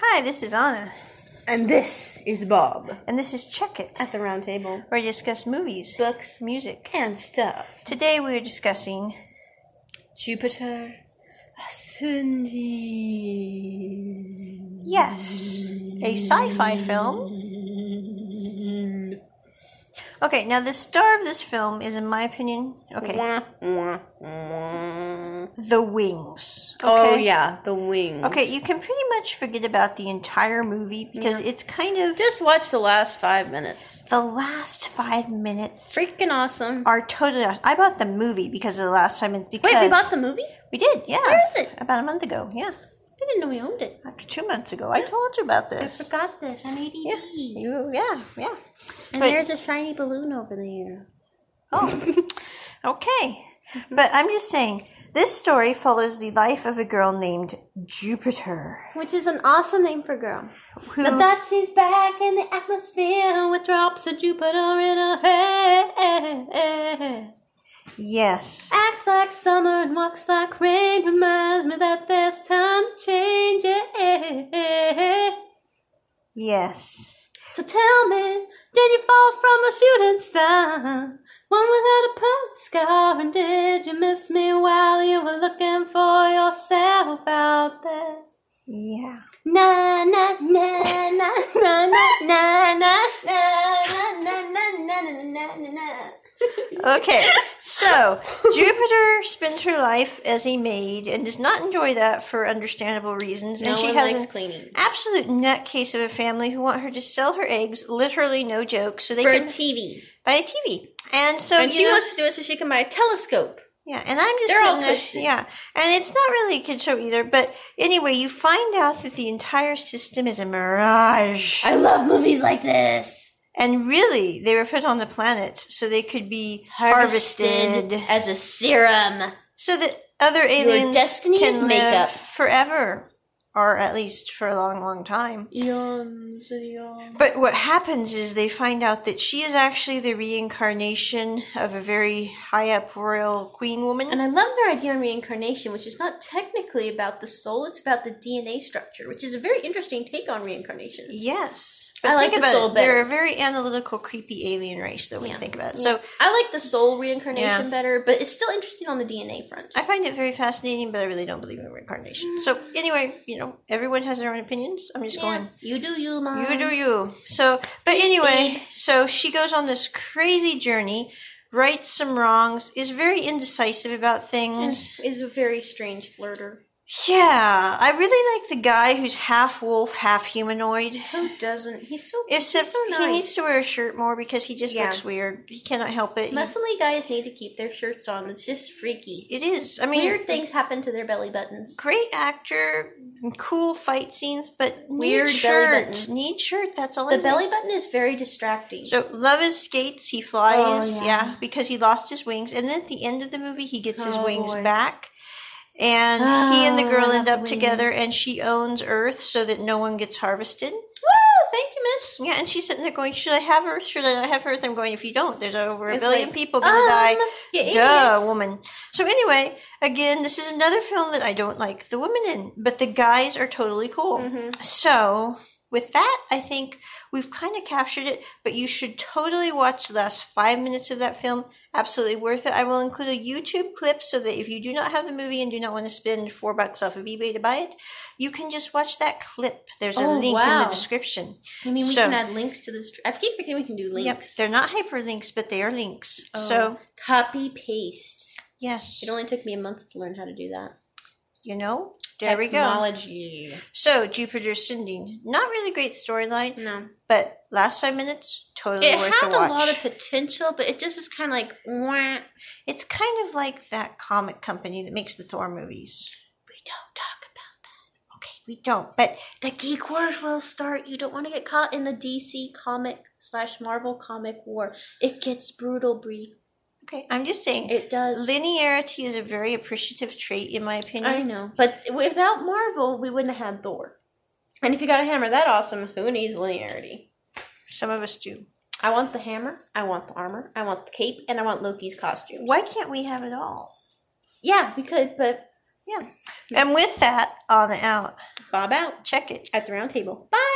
Hi, this is Anna, And this is Bob and this is Check It, at the round table. where we discuss movies, Books music. and stuff. Today we are discussing Jupiter ascending. yes, a sci-fi film. Okay, now the star of this film is, in my opinion, okay, Wah, wah, wah. The Wings. Okay? Oh yeah, the wing. Okay, you can pretty much forget about the entire movie because it's kind of Just watch the last five minutes. the last five minutes Freaking awesome. are totally. I bought the movie because of the last five minutes. Because Wait, we bought the movie? We did, yeah. Where is it? About a month ago, yeah. I didn't know we owned it. After two months ago, I told you about I this. forgot this. I'm ADD. Yeah, you, yeah, yeah. And but- there's a shiny balloon over there. Oh, okay. But I'm just saying, this story follows the life of a girl named Jupiter. Which is an awesome name for girl. Who, But that she's back in the atmosphere with drops of Jupiter in her hair. yes. Acts like summer and walks like rain. Reminds me that there's time to change it. Yes. So tell me, did you fall from a shooting star? One without a permanent scar, and did you miss me while you were looking for yourself out there? Yeah. Na na na na na na na na na na na na na na na na. Okay, so Jupiter spends her life as a maid and does not enjoy that for understandable reasons. and she has an cleaning absolute nutcase of a family who want her to sell her eggs, literally no joke, so they for can TV, buy a TV. And so and you she know- wants to do it so she can buy a telescope. Yeah, and I'm just They're all sitting there- twisted. yeah, and it's not really a kid show either. But anyway, you find out that the entire system is a mirage, I love movies like this. and really they were put on the planet so they could be harvested, Harvested as a serum. so that other aliens destiny can is live makeup. forever, or at least for a long, long time. Eons and eons. But what happens is they find out that she is actually the reincarnation of a very high up royal queen woman. And I love their idea on reincarnation, which is not technically about the soul; it's about the DNA structure, which is a very interesting take on reincarnation. Yes. I like the soul They're better. a very analytical, creepy alien race, though, when you Yeah. think about it. So I like the soul reincarnation Yeah. better, but it's still interesting on the DNA front. I find it very fascinating, but I really don't believe in reincarnation. So, anyway, you know, everyone has their own opinions. I'm just going, You do you, mom. you do you. So, but anyway, babe. so she goes on this crazy journey, rights some wrongs, is very indecisive about things. Is, is a very strange flirter. Yeah, I really like the guy who's half wolf, half humanoid. Who doesn't? He's so. Except he's so nice. he needs to wear a shirt more because he just Yeah. looks weird. He cannot help it. He- Muscly guys need to keep their shirts on. It's just freaky. It is. I mean, Weird things happen to their belly buttons. Great actor, cool fight scenes, but need Weird belly shirt. button. Need shirt. That's all. The I'm belly button is very distracting. saying. So love his skates. He flies. yeah. Oh, yeah. because he lost his wings, and then at the end of the movie, he gets his Oh, wings boy. back. And he and the Oh, girl I end love up wings. together, and she owns Earth so that no one gets harvested. Woo! Oh, Thank you, Miss. Yeah, and she's sitting there going, "Should I have Earth? Should I not have Earth?" I'm going, "If you don't, there's over a It's billion like, people gonna die." Um, you idiot. Duh, woman. So anyway, again, this is another film that I don't like the women in, but the guys are totally cool. Mhm. So with that, I think we've kind of captured it. But you should totally watch the last five minutes of that film. Absolutely worth it. I will include a YouTube clip so that if you do not have the movie and do not want to spend four bucks off of eBay to buy it, you can just watch that clip. There's a Oh, link in the wow. description. I mean, we So- can add links to this. I keep forgetting we can do Yep, links. they're not hyperlinks, but they are links. Oh. So copy paste. yes, It only took me a month to learn how to do that. you know, there we go. Technology. So Jupiter Ascending, not really great storyline, No. but last five minutes totally It worth had a watch. a lot of potential, but it just was kind of like, wah. it's kind of like that comic company that makes the Thor movies. we don't talk about Okay, we don't, but the geek wars will start. You don't want to get caught in the DC comic slash Marvel comic war. It gets brutal, Bree. okay, I'm just saying It does. linearity is a very appreciative trait in my opinion. I know, but without Marvel, we wouldn't have had Thor. And if you got a hammer that awesome, who needs linearity? Some of us do. I want the hammer. I want the armor. I want the cape, and I want Loki's costume. Why can't we have it all? Yeah, we could, but Yeah. And with that, on out. Bob out Check it. at the round table. Bye.